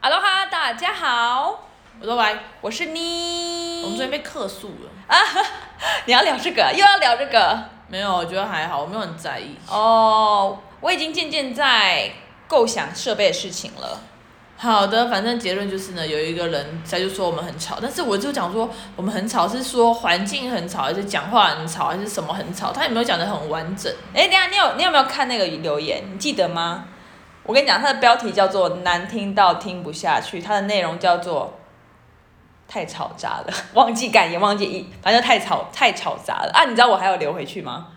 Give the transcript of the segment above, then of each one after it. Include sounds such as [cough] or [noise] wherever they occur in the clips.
哈喽哈，大家好，我说完，我是你。我们昨天被客诉了，你要聊这个，又要聊这个没有，我觉得还好，我没有很在意。哦。我已经渐渐在构想设备的事情了。好的，反正结论就是呢，有一个人他就说我们很吵，但是我就讲说我们很吵是说环境很吵，还是讲话很吵，还是什么很吵，他也没有讲得很完整。哎，等一下你有你有没有看那个留言？你记得吗？我跟你讲，它的标题叫做“难听到听不下去”，它的内容叫做“太吵杂了”， [laughs] 忘记感言，忘记意，反正太吵太吵杂了啊！你知道我还有留回去吗？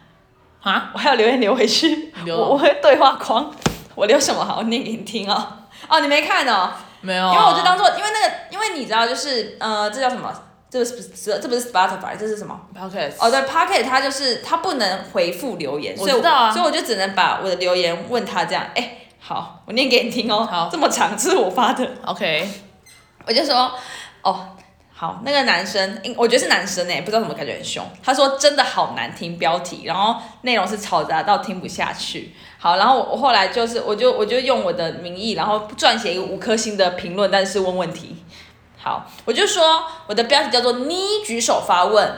啊，我还有留言留回去， [laughs] 留我我会对话框，我留什么啊好？我念给你听哦。哦，你没看哦，没有、因啊，为我就当做，因为那个，因为你知道，就是呃，这叫什么？这是不是这不是 Spotify？这是什么？ podcast 哦，对，Pocket 它就是它不能回复留言，我所以知道啊所以我就只能把我的留言问他这样，哎、好，我念给你听哦，好这么长这是我发的， OK，我就说，哦，好，那个男生，应我觉得是男生哎、不知道怎么感觉很凶，他说真的好难听标题，然后内容是嘈杂到听不下去，好，然后我我后来就是我就我就用我的名义，然后撰写一个五颗星的评论，但是问问题，好，我就说我的标题叫做“你举手发问”。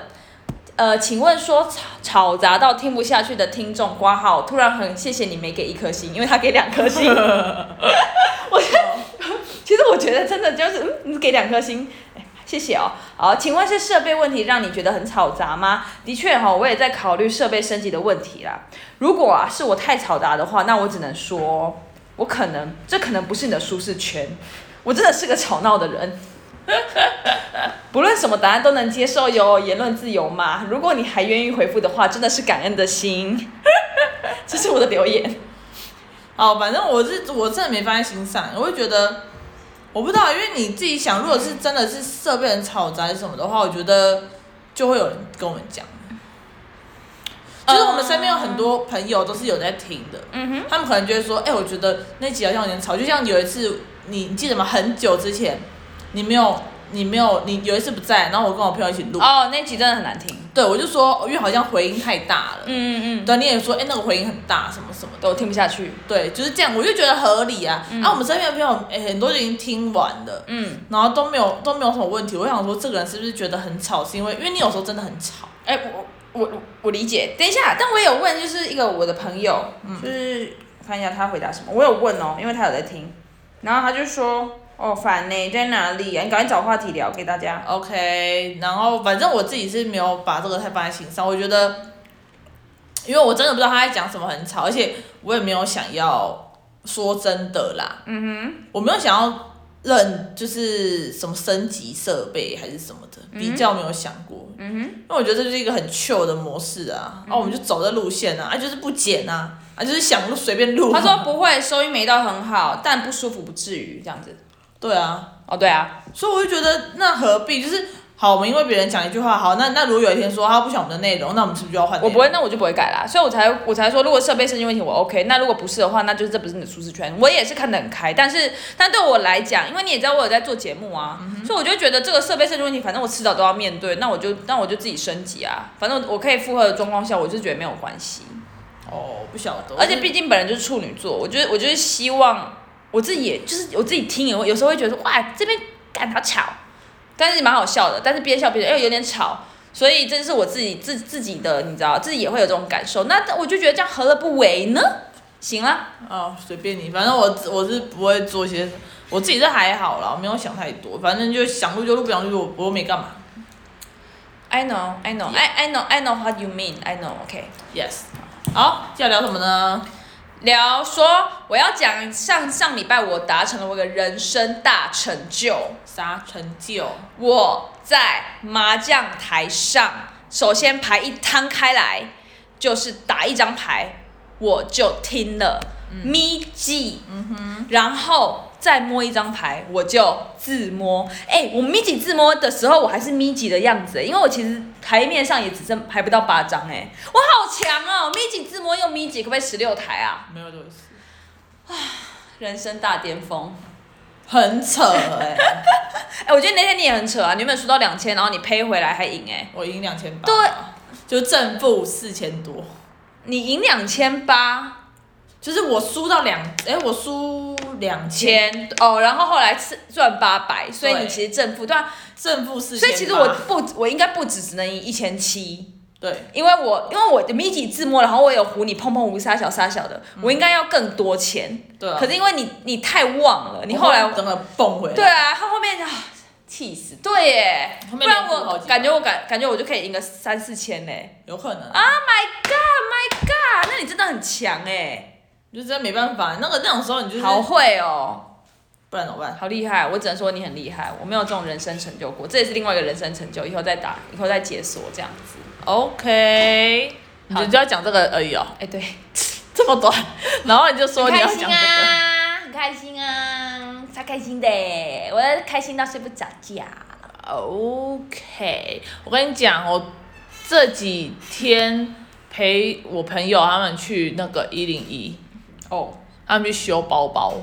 呃，请问说吵吵杂到听不下去的听众挂号，突然很谢谢你没给一颗星，因为他给两颗星。我觉得，其实我觉得真的就是，嗯，你给两颗星，哎谢谢哦。好，请问是设备问题让你觉得很吵杂吗？的确哈、我也在考虑设备升级的问题啦。如果啊是我太吵杂的话，那我只能说，我可能这可能不是你的舒适圈，我真的是个吵闹的人。 [laughs] 不论什么答案都能接受哟，言论自由嘛。如果你还愿意回复的话，真的是感恩的心。 [laughs] 这是我的留言。哦，反正我是我真的没放在心上，我会觉得我不知道，因为你自己想，如果是真的是设备很吵杂还是什么的话，我觉得就会有人跟我们讲。就是我们身边有很多朋友都是有在听的，嗯哼，他们可能就会说，哎、我觉得那集好像有点吵，就像有一次你你记得吗？很久之前，你没有你没有你有一次不在，然后我跟我朋友一起录，哦，那集真的很难听。对我就说，因为好像回音太大了，嗯嗯嗯，对，你也说，哎、那个回音很大，什么什么的。都听不下去。对，就是这样，我就觉得合理啊。啊，我们身边的朋友，哎、很多就已经听完了，嗯，然后都没有都没有什么问题。我想说，这个人是不是觉得很吵，是因为因为你有时候真的很吵。哎、我我我我理解。等一下，但我有问，就是一个我的朋友，就是看一下他回答什么。我有问哦，因为他有在听，然后他就说，哦，烦呢、在哪里啊？你赶快找话题聊给大家。 OK，然后反正我自己是没有把这个太放在心上，我觉得，因为我真的不知道他在讲什么，很吵，而且我也没有想要说真的啦，嗯哼，我没有想要认就是什么升级设备还是什么的，比较没有想过，嗯哼，因为我觉得这就是一个很 chill 的模式啊，哦、我们就走这路线啊，啊就是不剪啊，啊就是想录随便录，他说，不会，收音没到很好，但不舒服不至于这样子。对啊，哦，对啊，所以我就觉得那何必就是好，我们因为别人讲一句话好，那那如果有一天说他不喜欢我们的内容，那我们是不是就要换内我容？不会，那我就不会改啦。所以我才我才说，如果设备升级问题我 OK，那如果不是的话，那就是这不是你的舒适圈。我也是看得很开，但是但对我来讲，因为你也知道我有在做节目啊，嗯所以我就觉得这个设备升级问题，反正我迟早都要面对，那我就那我就自己升级啊。反正我可以负荷的状况下，我就觉得没有关系。哦，不晓得。而且毕竟本人就是处女座，我觉得我就是希望我自己也就是我自己听也会有时候会觉得说哇这边干好吵，但是蛮好笑的，但是边笑边觉得哎、有点吵，所以这是我自己自自己的你知道自己也会有这种感受，那我就觉得这样何乐不为呢？行啦，哦，随便你，反正我我是不会做一些，我自己是还好啦，我没有想太多，反正就想录就录，不想录就我我没干嘛。 I know, I know, I I know, I know what you mean. I know. OK， Yes，好，接下来聊什么呢？聊说我要讲上上礼拜我达成了我的人生大成就。啥成就？我在麻将台上，首先牌一摊开来，就是打一张牌，我就听了咪记，然后再摸一张牌，我就自摸。哎、我咪记自摸的时候，我还是咪记的样子、因为我其实台面上也只剩还不到八张，哎，我好强哦！咪记自摸用咪记，可不可以十六台啊？没有这回事。人生大巅峰。很扯哎、哎、我觉得那天你也很扯啊，你原本输到两千，然后你赔回来还赢、哎。我赢两千八，对，就正负四千多，你赢两千八，就是我输到两，哎、我输两千，千哦，然后后来是赚八百，所以你对其实正负对啊，正负四千所以八。其实我不我应该不止只能赢一千七，对因为我因为我的米几自摸，然后我有唬你碰碰无杀小杀小的，我应该要更多钱，嗯对啊，可是因为你你太旺了，你后来我整个蹦回来。对啊，他后面啊气死，对耶，后不面然连我呼好几感觉我感感觉我就可以赢个三四千呢。有可能啊，啊、my god my god，那你真的很强哎，就真的没办法。那个那种时候你就是，好会哦。不然怎么办？好厉害！我只能说你很厉害，我没有这种人生成就过，这也是另外一个人生成就，以后再打，以后再解锁这样子。 OK，你好就就要讲这个而已哦， [laughs] 哎、对，这么短，然后你就说很你开要心讲这个，啊，很开心啊，超开心的，我要开心到睡不着觉。啊 OK，我跟你讲，我这几天陪我朋友他们去那个一零一，哦他们去修包包，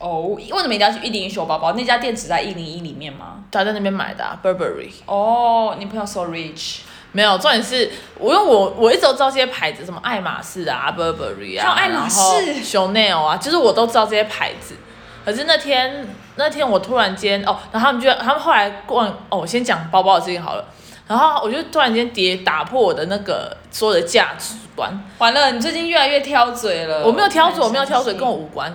哦，为什么一定要去一零一修包包？那家店只在一零一里面吗？他在那边买的、啊、Burberry。哦，你朋友 so rich，没有，重点是我因为我我一直都知道这些牌子，什么爱马仕啊、Burberry 还有啊，爱马仕然后 Chanel 啊，就是我都知道这些牌子。可是那天那天我突然间哦，然后他们就他们后来逛哦，我先讲包包的事情好了。然后我就突然间跌打破我的那个所有的价值观，完了，你最近越来越挑嘴了。我没有挑嘴，我没有挑很嘴，生气跟我无关。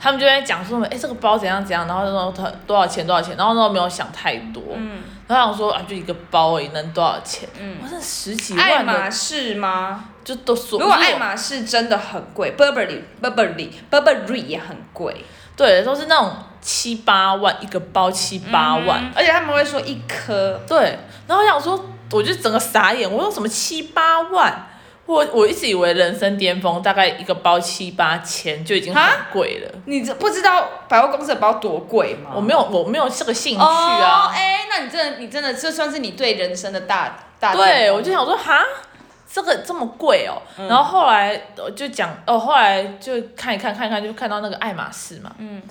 他们就在讲说什么，哎、这个包怎样怎样，然后那种多少钱多少钱，然后那时候没有想太多，嗯然后我想说啊，就一个包而已，能多少钱？嗯，我是十几爱万的马仕吗？就都说，如果就是我爱马仕真的很贵，Burberry Burberry Burberry 也很贵，对，都是那种七八万一个包，七八万，而且他们会说一颗，对。然后我想说，我就整个傻眼，我说什么七八万？我我一直以为人生巅峰大概一个包七八千就已经很啊贵了，你这不知道百货公司的包多贵吗？我没有我没有这个兴趣哦，啊。哎、那你真的你真的这算是你对人生的大大对，巅峰我就想说哈。这个这么贵哦，嗯然后后来我就讲哦，后来就看一看看一看，就看到那个爱马仕嘛，嗯，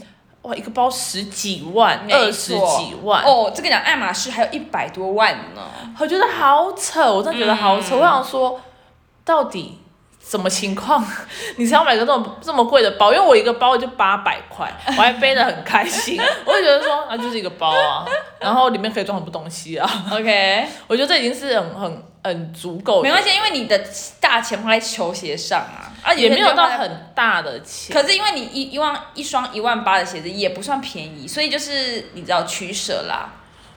哇，一个包十几万，没二十错几万，哦，这个讲爱马仕还有一百多万呢， [laughs] 我觉得好扯，我真的觉得好扯。嗯我想说，到底什么情况， [laughs] 你才要买个这么这么贵的包？因为我一个包就八百 [laughs] 块，我还背得很开心。我就觉得说，那就是一个包啊，然后里面可以装很多东西啊。 [laughs] OK，我觉得这已经是很很很足够的，没关系，因为你的大钱花在球鞋上啊，啊也没有到。你可以花在很大的钱。可是因为你一一万一双一万八的鞋子也不算便宜，所以就是你知道取舍啦。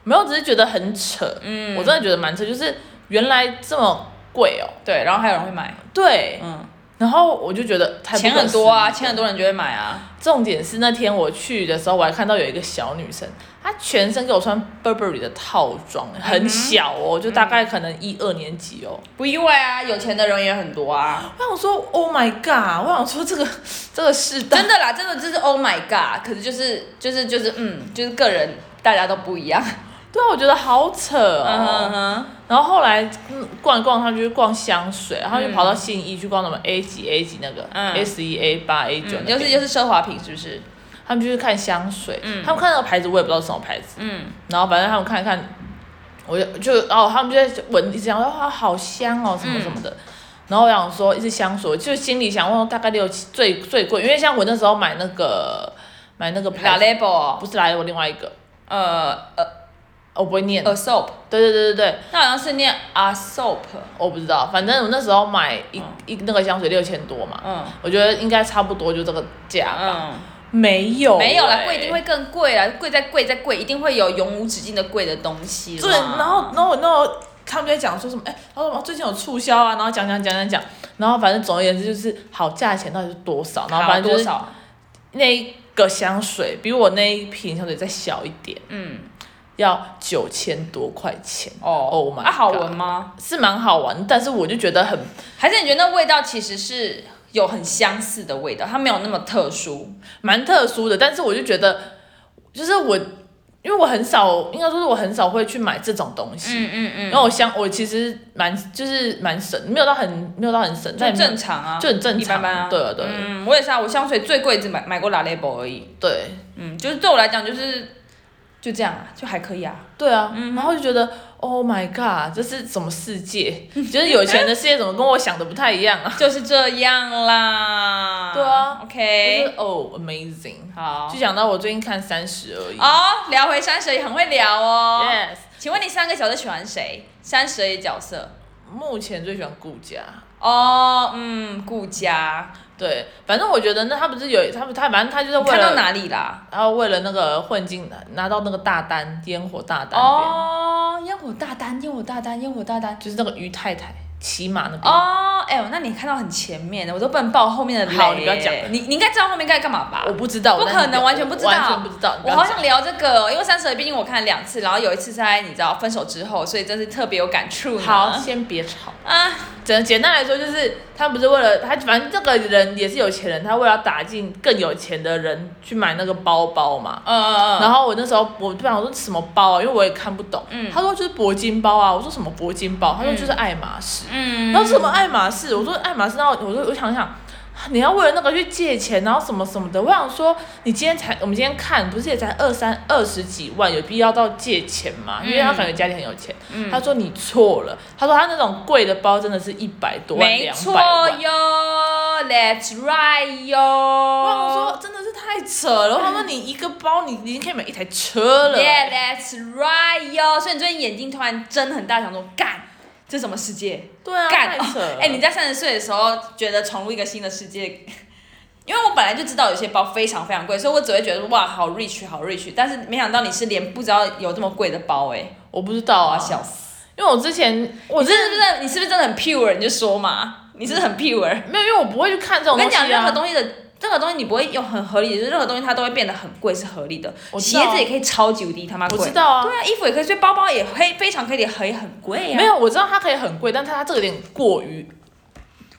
没有，只是觉得很扯。嗯，我真的觉得蛮扯，就是原来这么贵哦。对，然后还有人会买，对，嗯，然后我就觉得太不钱可很多啊，思议钱很多人就会买啊。重点是那天我去的时候，我还看到有一个小女生，她全身给我穿 Burberry 的套装，很小哦，就大概可能一二年级哦。不意外啊，有钱的人也很多啊，我想说，Oh my god！我想说这个这个世代 [laughs] 真的啦，真的就是 Oh my God，可是就是就是就是嗯，就是个人大家都不一样。 [laughs] 对啊，我觉得好扯嗯哦。哼哼，然后后来嗯逛一逛，他们就去逛香水，然后就跑到信义去逛什么 A 几 A 几那个、嗯 S 一 A 八 A 九，嗯就是就是奢华品是不是？他们就去看香水，他们看那个牌子我也不知道是什么牌子，嗯，然后反正他们看一看，我就就哦，他们就在闻一直讲说哇好香哦什么什么的，然后我想说一支香水，就心里想问大概六七最最贵，因为像我那时候买那个买那个拉牌子， label，不是来我另外一个，呃呃我不会念，呃 soap，对对对对对，那好像是念 a soap，我不知道，反正我那时候买一、嗯一那个香水六千多嘛，嗯我觉得应该差不多就这个价吧，嗯，没有没有啦，欸贵一定会更贵啦，贵再贵再贵，一定会有永无止境的贵的东西啦。对，然后然后我那时候他们就在讲说什么，哎、然后什么最近有促销啊，然后讲讲讲讲讲，然后反正总而言之就是好价钱到底是多少，然后好反正多就是少？那一个香水比我那一瓶香水再小一点，嗯，要九千多块钱。哦， Oh my，啊，好 God 闻吗？是蛮好玩，但是我就觉得很还是你觉得那味道其实是有很相似的味道，它没有那么特殊。蛮特殊的，但是我就觉得就是我。因为我很少，应该说是我很少会去买这种东西。嗯嗯，然后我香，我其实蛮就是蛮省，没有到很没有到很省，但就也没有正常啊，就很正一般常。般啊。对啊对啊嗯，我也是啊，我香水最贵只买买过 La Label 而已。对，嗯，就是对我来讲就是就这样啊，就还可以啊。对啊，然后就觉得 Oh my God，这是什么世界？就是有钱的世界怎么跟我想的不太 [laughs] 一样啊？就是这样啦。对啊就，OK，是 Oh amazing，好就。想到我最近看三十而已。哦，聊回三十也很会聊哦。 Yes，请问你三个角色喜欢谁？三十的角色？目前最喜欢顾家。哦，嗯，顾家。对，反正我觉得那他不是有他他反正他就是你为看到了，哪里啦？然后为了那个混进拿拿到那个大单烟火大单边，哦，烟火大单，烟火大单，烟火大单。就是那个于太太骑马那边。哦，哎呦，那你看到很前面的，我都不能报后面的雷。好你不要讲你你应该知道后面该干嘛吧？我不知道，不我可能，完全不知道，完全不知道。你不我要好讲想聊这个哦，因为三十而已毕竟我看了两次，然后有一次是在你知道分手之后，所以真是特别有感触呢。好，先别吵。啊，简简单来说就是，他不是为了他，反正这个人也是有钱人，他为了打进更有钱的人去买那个包包嘛。嗯嗯嗯，然后我那时候我突然我说什么包啊，因为我也看不懂。嗯他说就是铂金包啊，我说什么铂金包，他说嗯就是爱马仕。嗯，然后什么爱马仕，我说爱马仕，然后我说我想想，你要为了那个去借钱，然后什么什么的，我想说你今天才我们今天看不是也才二三二十几万，有必要到借钱吗？嗯因为他感觉家里很有钱。他说你错了，他说他那种贵的包真的是一百多万、没两错百万。哟，That's right 我想哟说真的是太扯了，他说 [laughs] 你一个包你已经可以买一台车了。 ，Yeah，That's right 哟。所以你最近眼睛突然睁很大，想说干，这什么世界？对啊，干太扯了。哎、你在三十岁的时候觉得闯入一个新的世界，因为我本来就知道有些包非常非常贵，所以我只会觉得哇，好 rich，好 rich。但是没想到你是连不知道有这么贵的包、哎，我不知道我要啊，笑死！因为我之前我你真是不是你是不是真的很 pure？你就说嘛，你是不是很 pure。没有，因为我不嗯会去看这我种跟东你西啊。讲，任何东西的任何东西你不会用很合理的，就是任何东西它都会变得很贵是合理的。我知鞋道啊子也可以超级无敌他妈贵，我知道啊对啊，衣服也可以，所以包包也可以非常可以很很贵啊。没，有，我知道它可以很贵，但它这个有点过于，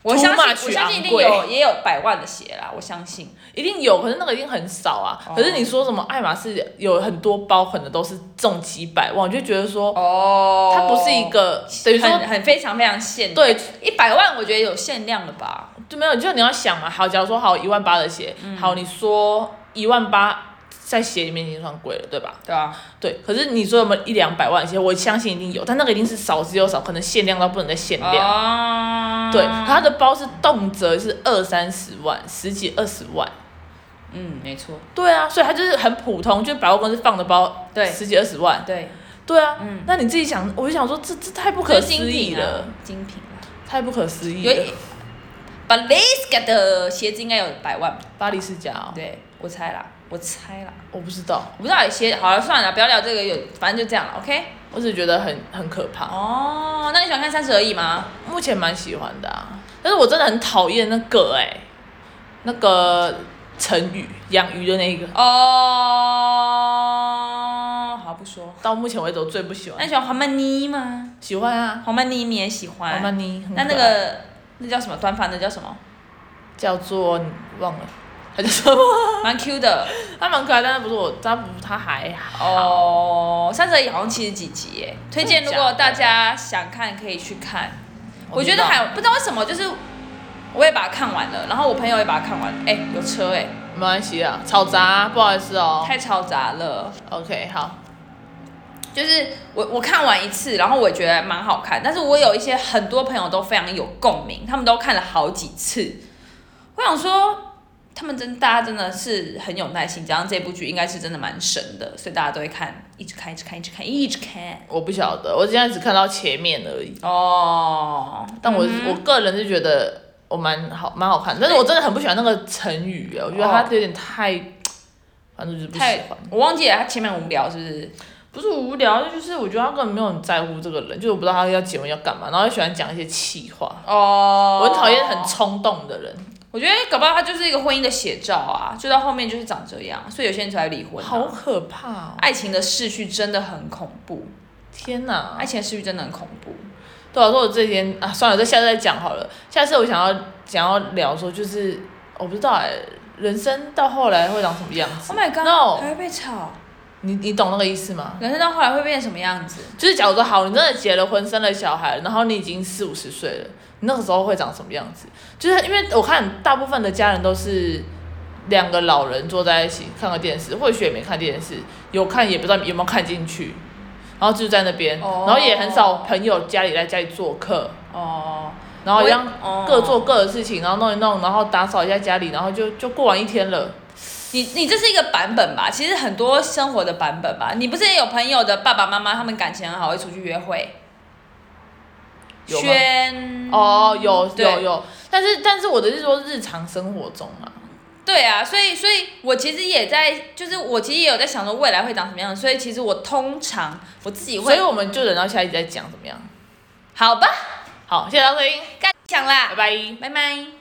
我相 too 信 much 啊我相信一定昂贵有也有百万的鞋啦，我相信。一定有，可是那个一定很少啊。哦可是你说什么爱马仕有很多包，可能都是中几百万，我就觉得说哦，它不是一个等于很说很非常非常限，对，一百万我觉得有限量了吧？就没有，就你要想嘛。好，假如说好一万八的鞋，嗯好，你说一万八在鞋里面已经算贵了，对吧？对啊，对。可是你说有没有一两百万的鞋，我相信一定有，但那个一定是少之又少，可能限量到不能再限哦量。啊，对，它的包是动辄是二三十万，十几二十万。嗯，没错，对啊，所以它就是很普通，就是百货公司放的包，对十几二十万，对，对啊，嗯那你自己想，我就想说，这这太不不可思议了，，精品啊，太不可思议有了。 Balenciaga 的鞋子应该有百万吧？巴黎世家、哦，对，我猜啦，我猜啦，我不知道，我不知道有些好了，算了，不要聊这个，有反正就这样了，OK？我只觉得很很可怕。哦，那你喜欢看《三十而已》吗？目前蛮喜欢的啊，但是我真的很讨厌那个哎、那个成语养鱼的那个，哦，好不说。到目前为止我最不喜那欢。你喜欢黄曼妮吗？喜欢啊，黄曼妮你也喜欢？黄曼妮，很哎那那可爱个那叫什么短发的叫什么？叫做忘了，他就说 [laughs] 蛮 Q 的他蛮可爱，但是不是我，他不他还好。哦。三十而已好像七十几集耶，推荐如真的假的果大家想看可以去看。我觉知得道还不知道为什么，就是我也把它看完了，然后我朋友也把它看完了。哎、有车哎、没关系啊，吵杂、不好意思哦。太嘈杂了。 OK，好，就是我我看完一次，然后我觉得蛮好看，但是我有一些很多朋友都非常有共鸣，他们都看了好几次。我想说，他们真大家真的是很有耐心，加上这部剧应该是真的蛮神的，所以大家都会看，一直看，一直看，一直看，一直看。我不晓得，我现在只看到前面而已。哦，但我、我个人是觉得我蛮好，蛮好看，但是我真的很不喜欢那个成语，啊我觉得它有点太，反正就是不喜太欢。我忘记了，他前面很无聊是不是？哎不是无聊，就是我觉得他根本没有很在乎这个人，就是我不知道他要结婚要干嘛，然后又喜欢讲一些气话。哦，我很讨厌很冲动的人，我觉得搞不好他就是一个婚姻的写照啊，就到后面就是长这样，所以有些人才会离婚、好啊。可怕哦！爱情的逝去真的很恐怖。天哪爱，情的失去真的很恐怖。对我说我这几天啊，算了，这下次再讲好了。下次我想要想要聊说，就是我不知道哎、人生到后来会长什么样子 Oh my god！ No 还会被炒，你你懂那个意思吗？人生到后来会变成什么样子？就是假如说好，你真的结了婚，生了小孩，然后你已经四五十岁了，你那个时候会长什么样子？就是因为我看大部分的家人都是两个老人坐在一起看个电视，或许也没看电视，有看也不知道有没有看进去，然后就在那边，哦然后也很少朋友家里来家里做客，哦，然后我一也样哦各做各的事情，然后弄一弄，然后打扫一下家里，然后就就过完一天了。你你这是一个版本吧？其实很多生活的版本吧。你不是也有朋友的爸爸妈妈，他们感情很好，会出去约会。有吗轩哦，有有嗯对有，但是但是我的是说日常生活中啊，对啊，所以所以，我其实也在，就是我其实也有在想说未来会长什么样。所以其实我通常我自己所会以我们就等到下一集再讲怎么样。好吧，好，谢谢大家收听，干想啦拜，拜。拜拜